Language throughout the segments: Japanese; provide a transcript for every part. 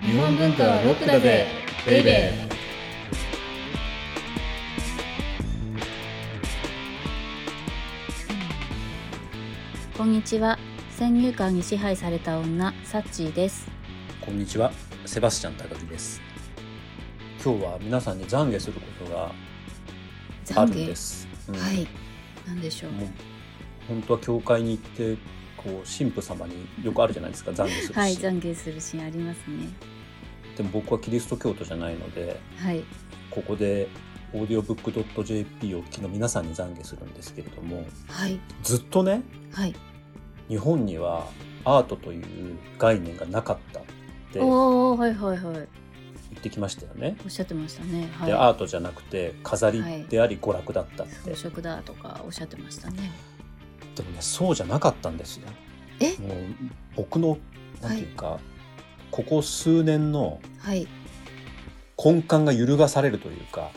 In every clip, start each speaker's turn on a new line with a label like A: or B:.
A: 日本文化はロックだぜベイベー
B: こんにちは先入観に支配された女サッチーです
C: こんにちは、セバスチャン高木です。今日は皆さんに懺悔することがあるんです。うん
B: はいなんでしょう
C: もう本当は教会に行って、こう神父様によくあるじゃないですか、懺悔するし。
B: はい懺悔するシーンありますね
C: でも僕はキリスト教徒じゃないので、
B: はい
C: ここでオーディオブックドット JP を昨日皆さんに懺悔するんですけれども、
B: はい
C: ずっとね、
B: はい
C: 日本にはアートという概念がなかったって言
B: おおはいはいはい
C: ってきましたよね。
B: おっしゃってましたねはい
C: で、アートじゃなくて飾りであり娯楽だったって。
B: 装飾だとかおっしゃってましたね
C: でもねそうじゃなかったんですよ。
B: え
C: もう僕のなんていうか、ここ数年の
B: はい
C: 根幹が揺るがされるというか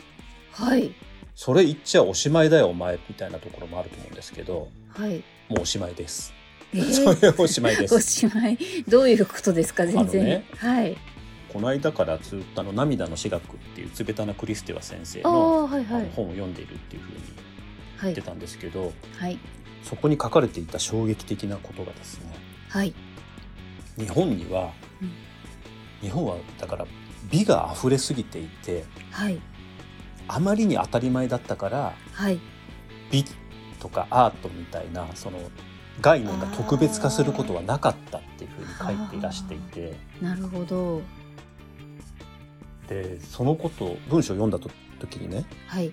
B: はい
C: それ言っちゃおしまいだよお前みたいなところもあると思うんですけど
B: はい
C: もうおしまいです。
B: えー
C: それはおしまいで
B: お
C: す。
B: しまいどういうことですか全然、
C: あのね
B: はい
C: この間からずっとあの「涙の私学」っていうツベタナ・クリステワ先生
B: あ
C: の
B: あはいは
C: あ
B: い
C: の本を読んでいるっていうふうに
B: は
C: 言って
B: い
C: たんですけど
B: はい
C: そこに書かれていた衝撃的なことがですね
B: はい
C: 日本には、
B: うん
C: 日本はだから美が溢れすぎていて
B: はい
C: あまりに当たり前だったから
B: はい
C: 美とかアートみたいなその概念が特別化することはなかったっていうふうに書いていらしていて
B: なるほど
C: でそのことを文章を読んだと時にね
B: はい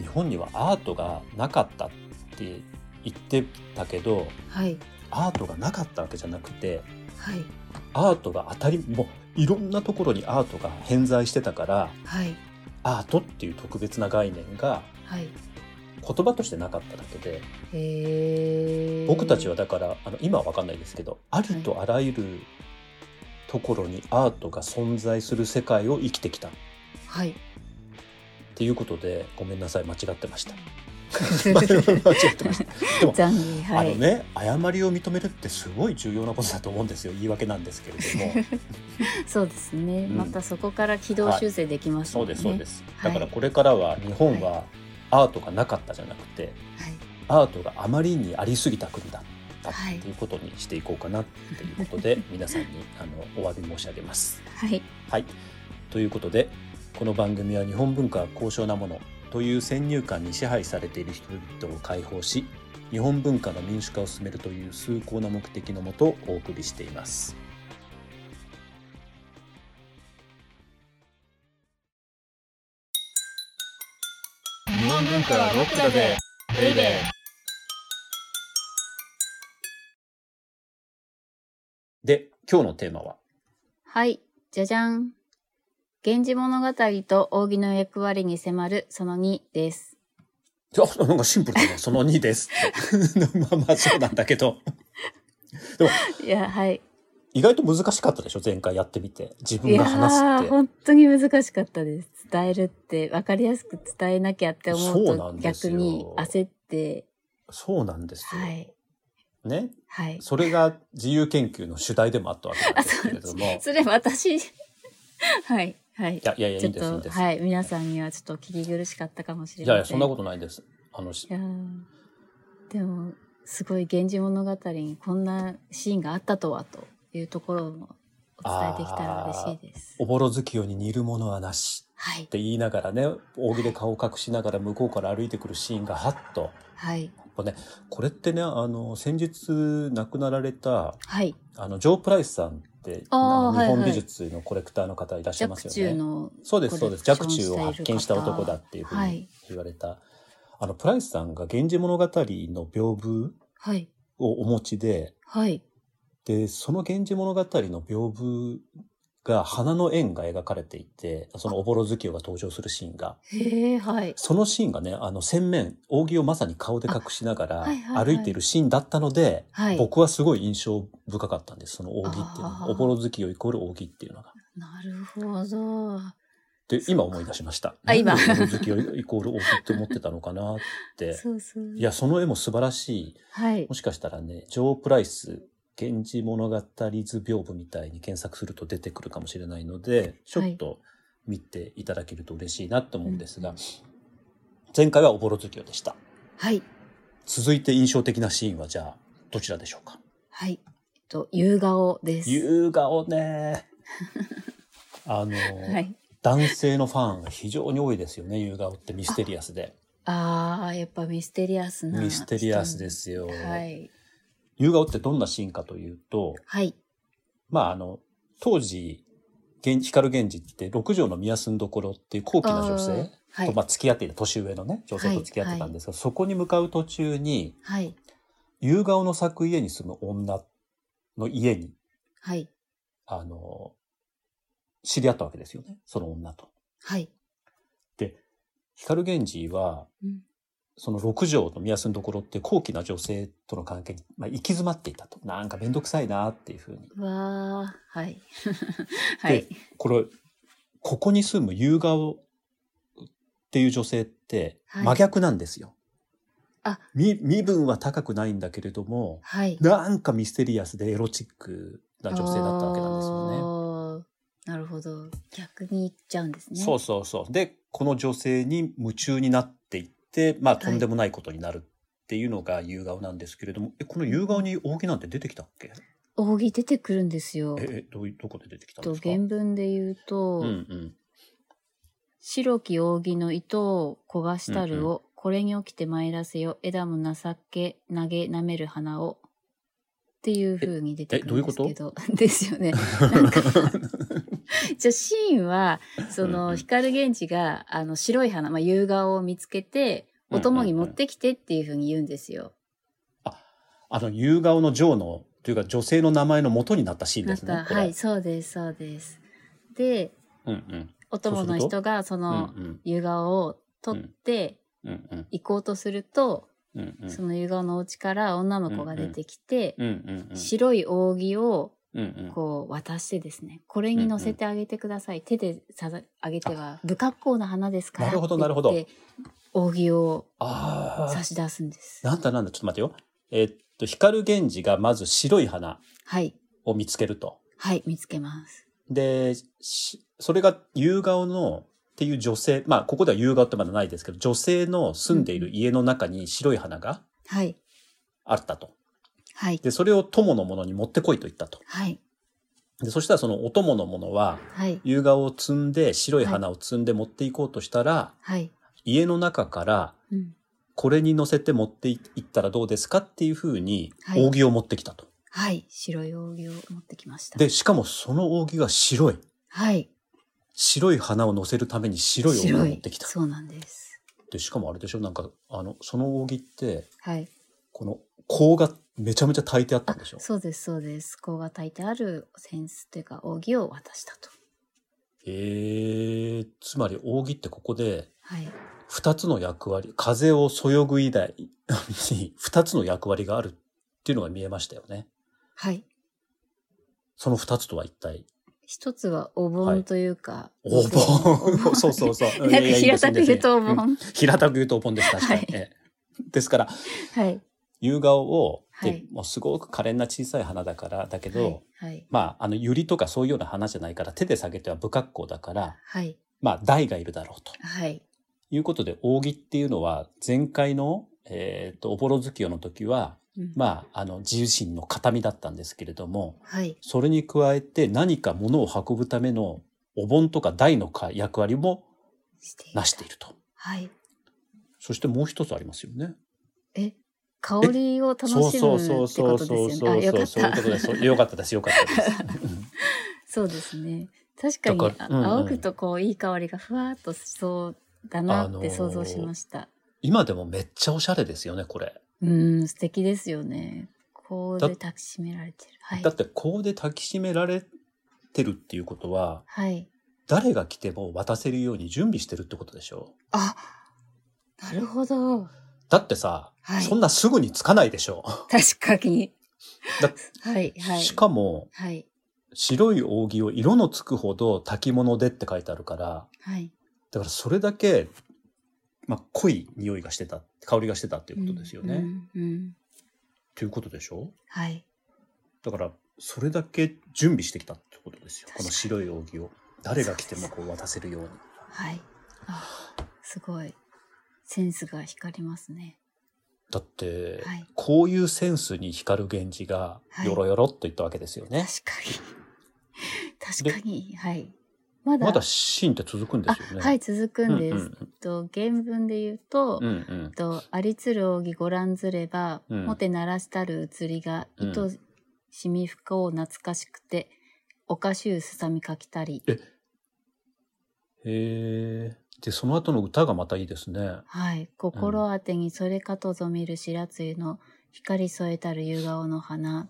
C: 日本にはアートがなかったって言ってたけど
B: はい
C: アートがなかったわけじゃなくて
B: はい
C: アートが当たりもういろんなところにアートが偏在してたから
B: はい
C: アートっていう特別な概念が
B: はい
C: 言葉としてなかっただけで
B: へー
C: 僕たちはだからあの今は分かんないですけどありとあらゆるところにアートが存在する世界を生きてきたっ
B: はい
C: ていうことでごめんなさい間違ってました 間違ってましたで も、
B: 残念は
C: あの
B: い、
C: ね誤りを認めるってすごい重要なことだと思うんですよ言い訳なんですけれ ども
B: そうですね、
C: うん
B: またそこから軌道修正できます
C: そ
B: も
C: うん
B: ね、
C: ですそうですすだからこれからは日本はアートがなかったじゃなくて
B: はい
C: アートがあまりにありすぎた国だったっていうことにしていこうかなっていうこと で、皆さんにあのお詫び申し上げます。
B: はい
C: はい。ということで、この番組は日本文化は高尚なものという先入観に支配されている人々を解放し、日本文化の民主化を進めるという崇高な目的のもとお送りしています。
A: 日本文化はロックだぜベイベー
C: で、今日のテーマは、
B: はいじゃじゃん源氏物語と扇の役割に迫るその2です
C: あ、なんかシンプルだね。その2です。 まあまあそうなんだけど、
B: いやはい
C: 意外と難しかったでしょ前回やってみて。自
B: い
C: 分
B: や
C: が話す
B: ー
C: って。
B: 本当に難しかったです伝えるって分かりやすく伝えなきゃって思う
C: そう
B: と
C: なんです
B: 逆
C: よ
B: に焦って
C: そうなんですよ。
B: はい
C: ね。
B: はい
C: それが自由研究の主題でもあったわけなんですけれども。い
B: それ私 はいはい
C: やいやいや、い
B: ち
C: い
B: ょ
C: ん
B: っ
C: です、いいん
B: と
C: です。
B: はい皆さんにはちょっとお聞き苦しかったかもしれません
C: いやいや、そんなことないです。あの、し
B: いやーでもすごい「源氏物語」にこんなシーンがあったとはというところもお伝えできたら嬉しいです
C: おぼろ月夜に似るものはなし
B: はい
C: って言いながらね、扇で顔を隠しながら向こうから歩いてくるシーンがハッと。
B: はい
C: これってね、あの、先日亡くなられた、
B: はい
C: あの、ジョー・プライスさんって、
B: あーは
C: あの日
B: いはい
C: 本美術のコレクターの方いらっしゃいます
B: 若
C: よね。
B: 冲の
C: そうです、そうです。弱中を
B: コレク
C: 発
B: ション
C: 見
B: し
C: して
B: いる
C: た
B: 方
C: 男だっていうふう
B: は
C: に
B: い
C: 言われた。あの、プライスさんが源氏物語の屏風
B: はい
C: をお持ちで、
B: はい
C: で、その源氏物語の屏風が花の円が描かれていて、そのおぼろ月夜が登場するシーンが。
B: へえはい
C: そのシーンがね、あの、洗面、扇をまさに顔で隠しなが
B: あ
C: ら
B: はいはいはい
C: 歩いているシーンだったので、
B: はい
C: 僕はすごい印象深かったんです、その扇っていうの
B: あ
C: が。
B: ー
C: おぼろ月夜イコール扇っていうのが。
B: なるほど
C: で、今思い出しました。
B: あ今
C: なんでおぼろ月夜イコール扇って思ってたのかなっ て。
B: そうそう
C: いや、その絵も素晴らしい。
B: はい
C: もしかしたらね、ジョー・プライス源氏物語図屏風みたいに検索すると出てくるかもしれないので、ちょっと見ていただけると嬉しいなと思うんですが、前回はおぼろ月夜でした。
B: はい。
C: 続いて印象的なシーンはじゃあ、どちらでしょうか
B: はい。えっと、夕顔です。
C: 優雅をね、あの、
B: はい。
C: 男性のファンが非常に多いですよね、夕顔ってミステリアスで。
B: ああ、やっぱミステリアスな。
C: ミステリアスで。すよ。
B: はい。
C: 夕顔ってどんなシーンかというと、
B: はい。
C: まああの、当時、源光源氏って六条の宮住所っていう高貴な女性と、
B: あーはい
C: まあ付き合っていた年上のね、女性と付き合ってたんですが、そこに向かう途中に、
B: はい。
C: 夕顔の咲く家に住む女の家に、
B: はい。
C: あの、知り合ったわけですよね、その女と。
B: はい。
C: 光源氏は、
B: うん
C: その六条の宮住所っていう高貴な女性との関係に、まあ、行き詰まっていたと。なんかめんどくさいなっていうふうに。
B: うわあ、 はい。はい。
C: これ、ここに住む夕顔っていう女性って
B: はい
C: 真逆なんですよ。
B: あ
C: み身分は高くないんだけれども、
B: はい。
C: なんかミステリアスでエロチックな女性だったわけなんですよね。
B: よね。なるほど。逆に行っちゃうんですね。
C: そうそうそう。で、この女性に夢中になっていって、まあとんでもないことになるっていうのが夕顔なんですけれども、えこの夕顔に扇なんて出てきたっけ
B: 扇出てくるんですよ。
C: え、
B: えっ
C: えどういう、どこで出てきたん
B: と、
C: ですか
B: 原文で言うと、
C: うんうん。
B: 白き扇の糸を焦がしたるを、これに起きて参らせよ、枝も情け、投げ、舐める花を。っていう風に出てくるんですけど。 ですよね。なんか じゃあシーンは、そ
C: うんう
B: の、
C: ん
B: 光源氏が、あの、白い花、まあ、夕顔を見つけて、お供に持ってきてっていう風に言うんですよ。
C: あの、夕顔の女王の、というか女性の名前の元になったシーン
B: な
C: で
B: ん
C: すね。
B: か、
C: これ
B: はい、そうです、そうです。で、
C: うんうん。
B: お供の人が、その、
C: うんうん
B: 夕顔を取って
C: うんうん
B: 行こうとすると、
C: うんうん
B: その夕顔のお家から女の子が出てきて、
C: うんうん
B: 白い扇を
C: うんうん
B: こう渡してですね、これに乗せてあげてください。手でさざあげては、不格好な花ですから。
C: なるほどなるほど
B: って扇を
C: あ
B: 差
C: あ
B: し出すんです。
C: なんだなんだちょっと待ってよえっと光源氏がまず白い花
B: はい。
C: を見つけると
B: はい、見つけます。
C: でしそれが夕顔のっていう女性まあここでは夕顔ってまだないですけど女性の住んでいる家の中に白い花が
B: はい。
C: あったと
B: はい。
C: でそれを友の者に持ってこいと言ったと
B: はい。
C: でそしたらそのお供の者は
B: はい。
C: 夕顔を摘んで白い花を摘んで持っていこうとしたら、
B: はい。
C: 家の中から
B: うん。
C: これに乗せて持っていったらどうですかっていうふうに
B: はい
C: 扇を持ってきたと。
B: はい。白い扇を持ってきました。
C: で、しかもその扇が白い。
B: はい。
C: 白い花を乗せるために白い扇を持ってきた。
B: そうなんです。
C: で、しかもあれでしょなんか、あの、その扇って、
B: はい。
C: この甲がめちゃめちゃ炊いてあった
B: あ
C: んでしょ
B: そうです、そうです。甲が炊いてある扇子というか扇を渡したと。
C: えー、つまり扇ってここで
B: はい。
C: 二つの役割、風をそよぐ以来に二つの役割があるっていうのが見えましたよね。
B: はい。
C: その二つとは一体。
B: 一つはお
C: はい
B: 盆というか。。
C: お盆そう そううそう。
B: なんか平たく言うとお
C: うん
B: 盆。
C: 平たく言うとお盆です、確かに。
B: はい
C: ええですから、
B: はい。
C: 夕顔を、
B: はい
C: でもうすごく可憐な小さい花だから、だけど、
B: はい。はい。
C: まあ、あの、ユリとかそういうような花じゃないから、手で下げては不格好だから、
B: はい。
C: まあ、台がいるだろうと。
B: はい。
C: いうことで、扇っていうのは、前回の、えっ、と、おぼろ月夜の時は、
B: うん
C: まあ、あの、自身の形見だったんですけれども、
B: はい。
C: それに加えて何か物を運ぶためのお盆とか台のか役割も
B: していた
C: なしていると。
B: はい。
C: そしてもう一つありますよね。
B: え、香りを楽しむってことですよね。あ、よかっ
C: そういうことで
B: た。
C: す。よかったです。よかったです。うん
B: そうですね。確かに
C: だからうんうん
B: あ青くとこういい香りがふわっとしそうだなって想像しました。
C: 今でもめっちゃおしゃれですよね、これ。
B: うん、素敵ですよね。こうで抱きしめられてる。はい
C: だ。って、こうで抱きしめられてるっていうことは、
B: はい。
C: 誰が来ても渡せるように準備してるってことでしょ
B: あ、なるほど。
C: だってさ、
B: はい
C: そんなすぐにつかないでしょ
B: 確かに。
C: だ
B: はい、はい。
C: しかも、
B: はい、
C: 白い扇を色のつくほど炊き物でって書いてあるから、
B: はい。
C: だからそれだけ、まあ、濃い匂いがしてた、香りがしてたっていうことですよね。
B: うんうんうん
C: ということでしょ
B: はい。
C: だからそれだけ準備してきたってことですよ
B: 確か
C: こ
B: に
C: の白い扇を誰が来てもこう渡せるように
B: はい。あすごい。センスが光りますね。
C: だって、
B: はい
C: こういうセンスに光る源氏が
B: はい
C: よろよろっと言ったわけですよね、
B: 確かに。確かに。はい。まだ、
C: まだシーンって続くんで
B: あ
C: すよね
B: はい、続くんです。
C: うんうん
B: と原文で言うと、
C: うんうん
B: とありつる扇ご覧ずれば、
C: うん
B: もてならしたる移りが、
C: うん
B: 糸しみふこう懐かしくて、おかしゅうすさみかきたり。
C: へえでその後の歌がまたいいですね
B: はい。心あてにそれかとぞみる白露の光添えたる夕顔の花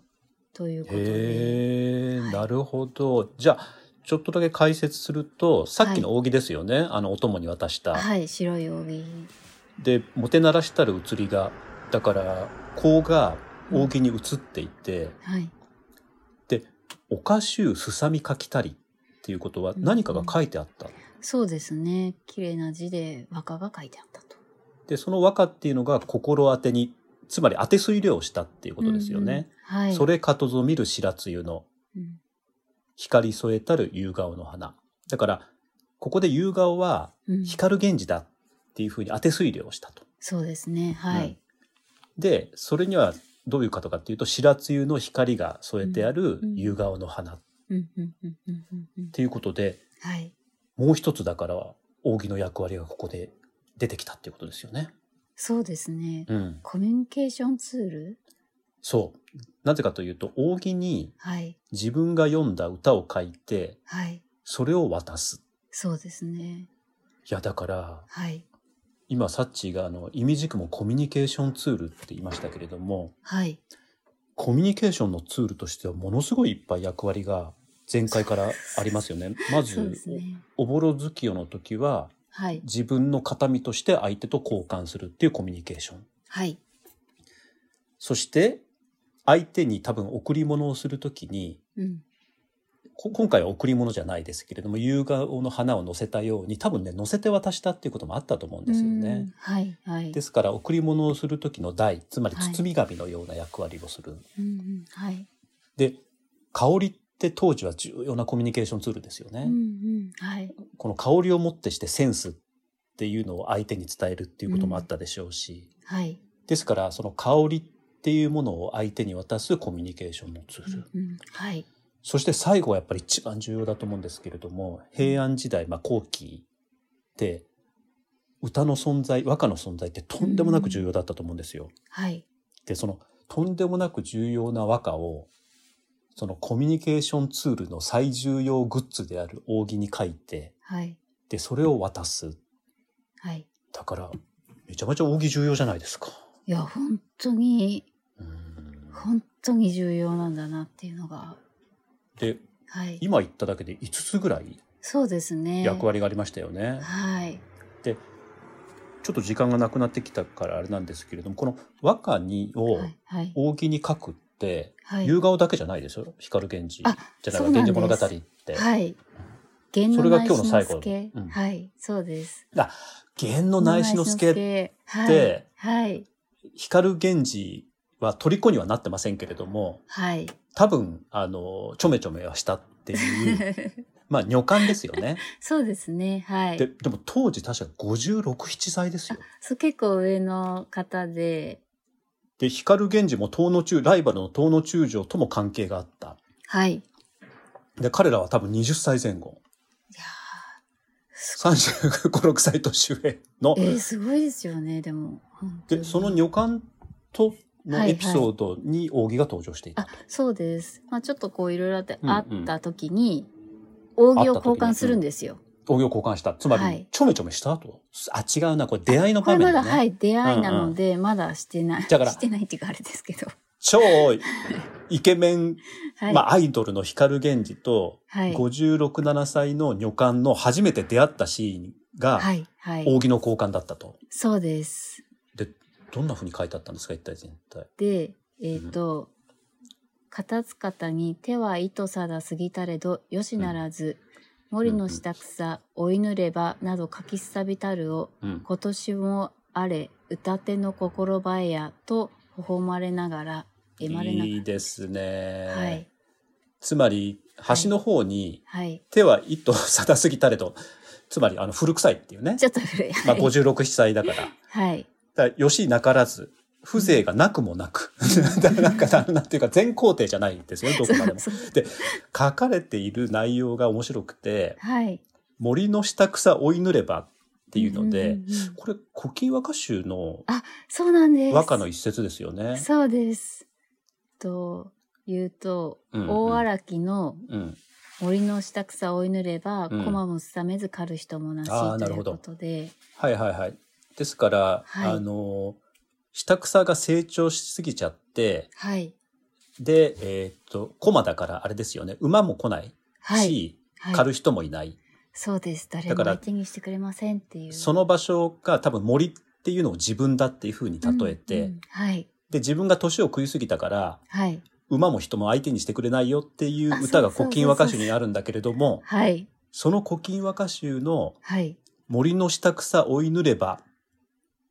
B: ということで。
C: へえ、
B: はい
C: なるほどじゃあちょっとだけ解説するとさっきの扇ですよね、あのお供に渡した、
B: はい、白い扇。
C: でもてならしたる移りがだから甲が扇に移っていて、
B: はい。
C: おかしゅうすさみかきたりっていうことは
B: うん
C: 何かが書いてあった、
B: そうですね。綺麗な字で和歌が書いてあったと。
C: でその和歌っていうのが心当てにつまり当て推量をしたっていうことですよね、
B: うんうん。はい。
C: それかとぞ見る白露の
B: うん、
C: 光添えたる夕顔の花だからここで夕顔は
B: うん
C: 光源氏だっていうふうに当て推量をしたと
B: そうですね。はい。
C: でそれにはどういうことかっていうと白露の光が添えてある夕顔の花っ
B: うん、うん、うん、うん、うんうん。
C: ていうことで
B: はい。
C: もう一つだから扇の役割がここで出てきたっていうことですよね。
B: そうですね。
C: うん、
B: コミュニケーションツール
C: そうなぜかというと扇に
B: はい。
C: 自分が読んだ歌を書いて
B: はい。
C: それを渡す。
B: そうですね。
C: いやだから
B: はい。
C: 今サッチーがあの意味軸もコミュニケーションツールって言いましたけれども
B: はい。
C: コミュニケーションのツールとしてはものすごいいっぱい役割が前回からありますよね。ま
B: そうで
C: ず
B: すね。
C: おぼろ月夜の時は
B: はい。
C: 自分の形見として相手と交換するっていうコミュニケーション
B: はい。
C: そして相手に多分贈り物をする時に
B: うん。
C: こ今回は贈り物じゃないですけれども夕顔の花を乗せたように多分ね乗せて渡したっていうこともあったと思うんですよ
B: う
C: ね
B: ん。。はい。はい。
C: ですから贈り物をする時の台つまり
B: はい
C: 包み紙のような役割をする。
B: うんうん。はい。
C: で香りって当時は重要なコミュニケーションツールですよね。
B: うんうん。はい。
C: この香りをもってしてセンスっていうのを相手に伝えるっていうこともあったでしょうし、
B: はい。
C: ですからその香りっていうものを相手に渡すコミュニケーションのツール、
B: うんうん。はい。
C: そして最後はやっぱり一番重要だと思うんですけれども平安時代、まあ、後期って歌の存在和歌の存在ってとんでもなく重要だったと思うんですよ。
B: はい。
C: でそのとんでもなく重要な和歌をそのコミュニケーションツールの最重要グッズである扇に書いて
B: はい。
C: でそれを渡す
B: はい。
C: だからめちゃめちゃ扇重要じゃないですか。
B: いや、本当に、
C: うん
B: 本当に重要なんだなっていうのが。
C: で
B: はい。
C: 今言っただけで5つぐらい
B: そうですね。
C: 役割がありましたよね。
B: はい。
C: ちょっと時間がなくなってきたからあれなんですけれどもこの和歌にを
B: はい。はい。
C: 扇に書くって、
B: はい。
C: 夕顔だけじゃないですよ光源氏じゃ
B: あ
C: ない
B: そうなん
C: 源
B: です
C: 氏物語って。
B: はい。源
C: それが今日の
B: 内
C: 最
B: 志
C: 後
B: 之助
C: うん
B: はい。そうです。
C: 源の内志之助って
B: 源内志之助
C: て
B: はい。はい。
C: 光源氏は虜にはなってませんけれども
B: はい。
C: 多分あのちょめちょめはしたって いうまあ女官ですよね。
B: そうですね。はい。
C: ででも当時確か567歳ですよ。
B: そう結構上の方で、
C: で光源氏も遠野中ライバルの遠野中将とも関係があった。
B: はい。い
C: で彼らは多分20歳前後
B: や
C: 356歳年上の
B: ーえー、すごいですよね、でも。本当に
C: でその女官とのエピソードに扇が登場していた
B: あ
C: と。
B: そうです。まあちょっとこういろいろあって、
C: うんうん
B: あった時に、扇を交換するんですよ。
C: 扇を交換したつまり、
B: はい
C: ちょめちょめした後あ違うなこれ出会いの
B: こ
C: 場
B: れま
C: 面
B: だ、
C: だね。
B: はい、出会いなので、まだしてない。
C: だから
B: してないっていうかあれですけど。
C: 超イケメン、
B: はい。
C: まあ、アイドルの光源氏と、
B: はい。
C: 56、7歳の女官の初めて出会ったシーンが、
B: はい。はい。
C: 扇の交換だったと。
B: そうです。
C: どんな風に書いてあったんですか、一体全体。
B: で、えっ、と、片つ方に手は糸さだ過ぎたれど、よしならず、森の下草、追いぬれば、など書きすさびたるを、
C: うん。
B: 今年もあれ、歌手の心ばえや、と、微笑まれながら、得まれなかった。
C: いいですね。
B: はい。
C: つまり端の方に
B: はい。
C: 手は一と定すぎたれと、つまりあの古臭いっていうね
B: ち。ょっと古い。
C: まあ
B: はい。
C: 56歳だから。
B: はい。
C: だからよしなからず風情がなくもなく だからなんかなんなんていうか全工程じゃないんですよねどこまでも。
B: そうそう
C: 書かれている内容が面白くて
B: はい。
C: 「森の下草追いぬれば」っていうので、
B: んんうん
C: これ古今和歌集の
B: そうなんです。
C: 和歌の一節ですよね。
B: そうです。と言うと、
C: うんうん
B: 大荒木の
C: うん、
B: 森の下草追いぬれば、
C: うん
B: 駒もすさめず狩る人もなし、
C: あ
B: と
C: ーなる
B: い
C: ほ
B: う
C: ど
B: ことで、
C: はいはいはい。ですから、
B: はい
C: あの下草が成長しすぎちゃって
B: はい。
C: でえーっと駒だからあれですよね馬も来ないし、
B: はい。はい
C: 狩る人もいない
B: そうです。誰
C: だか
B: も
C: ら
B: 相手にしてくれませんっていう。
C: その場所が多分森っていうのを自分だっていうふうに例えて、
B: うんうんはい。
C: で自分が年を食いすぎたから
B: はい。
C: 馬も人も相手にしてくれないよっていう
B: あ
C: 歌が
B: そうそうそう
C: 古今和歌集にあるんだけれども
B: はい。
C: その古今和歌集の
B: はい。
C: 「森の下草追いぬれば」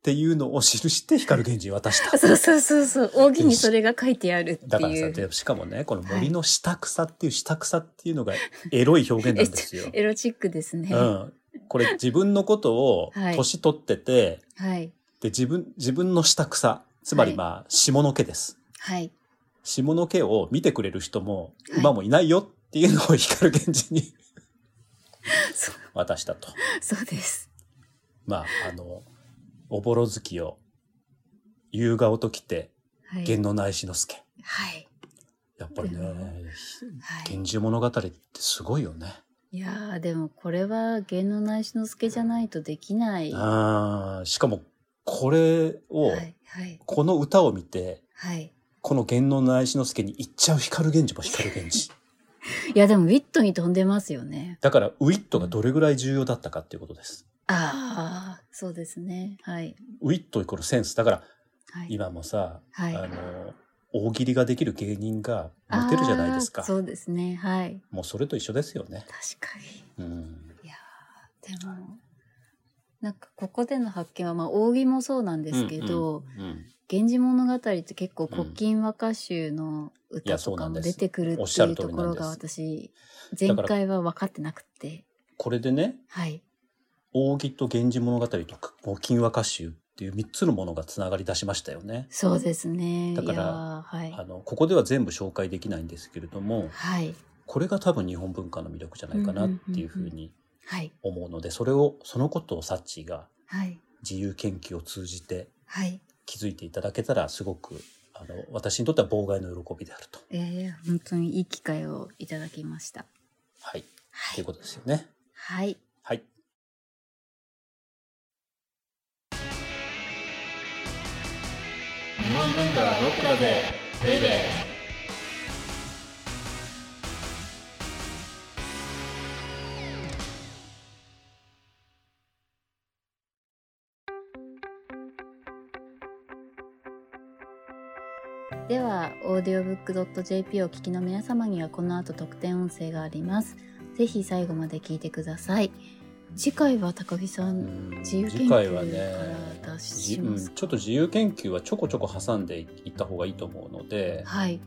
C: っていうのを記して光源氏に渡し た。
B: そうそうそうそう。扇にそれが書いてあるって
C: だから
B: い
C: さ
B: う。。
C: でしかもねこの「森の下草」っていう下草っていうのがエロい表現なんですよ
B: エロチックですね。
C: うん、これ自分のことを
B: はい
C: 年取ってて、
B: はい。
C: で自分自分の下草つまりまあ、下の毛です
B: はい。
C: 下の毛を見てくれる人も
B: はい
C: 馬もいないよっていうのを光源氏に
B: そう
C: 渡したと
B: そうです。
C: まああのおぼろ月を夕顔と来て
B: はい。
C: 源の内志之助
B: はい。
C: やっぱりね
B: はい。
C: 源氏物語ってすごいよね
B: いやーでもこれは源の内志之助じゃないとできない。は
C: あーしかもこれを、
B: いはい
C: この歌を見て
B: はい。
C: この源の内志之助に行っちゃう光源氏も光源 氏
B: いやでもウィットに飛んでますよね。
C: だからウィットがどれぐらい重要だったかっていうことです。
B: ああそうですね。はい
C: ウィットイコールセンスだから
B: はい
C: 今もさ、
B: はい
C: あ。の大喜利ができる芸人がモテるじゃないです
B: あ
C: か
B: ーそうですね。はい
C: もうそれと一緒ですよね。
B: 確かに。
C: うん、
B: いやーでもなんかここでの発見はまあ扇もそうなんですけど、
C: うんうん
B: 源氏物語って結構古今和歌集の
C: いや
B: 歌
C: そ
B: と
C: うな
B: か
C: ん
B: も
C: です
B: 出てくる
C: お
B: っ
C: っして
B: い
C: ゃる
B: う
C: 通
B: と
C: り
B: こ
C: な
B: ろ
C: んです
B: が私
C: ら
B: 前回は分かってなくて
C: これでね
B: はい
C: 大喜利と源氏物語と古今和歌集っていう3つのものがつながり出しましたよね。
B: そうですね
C: だから
B: いやーはい
C: あのここでは全部紹介できないんですけれども
B: はい
C: これが多分日本文化の魅力じゃないかなっていうふうに
B: はい
C: 思うのでそれをそのことをサッチーが
B: はい
C: 自由研究を通じて
B: はい
C: 気づいていただけたらすごくあの私にとっては妨害の喜びであると。
B: えー、本当にいい機会をいただきました
C: はい、
B: は
C: という
B: い、
C: ことですよね。
B: はい、
C: はい。
A: 日本文化はロックだぜベイベー
B: では audiobook.jp をお聞きの皆様にはこの後特典音声がありますぜひ最後まで聞いてください次回は高木さん、
C: うん
B: 自由研究
C: 次回はね
B: から脱出
C: じ
B: し
C: う
B: ます
C: ん、ちょっと自由研究はちょこちょこ挟んでいった方がいいと思うので、
B: はい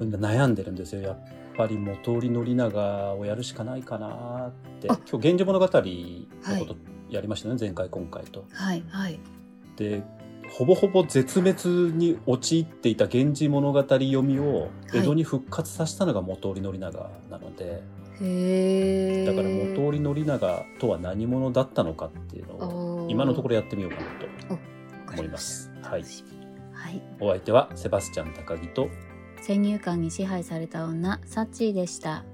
C: 悩んでるんですよ。やっぱり元織宣長をやるしかないかなって。今
B: あ
C: 日源氏物語のことやりましたね、前回今回と。
B: はいはい
C: でほぼほぼ絶滅に陥っていた源氏物語読みを江戸に復活させたのが元織宣長なので、
B: へえ
C: だから元織宣長とは何者だったのかっていうのを今のところやってみようかなと思います。はい、
B: はい
C: お相手はセバスチャン高木と
B: 先入観に支配された女サッチーでした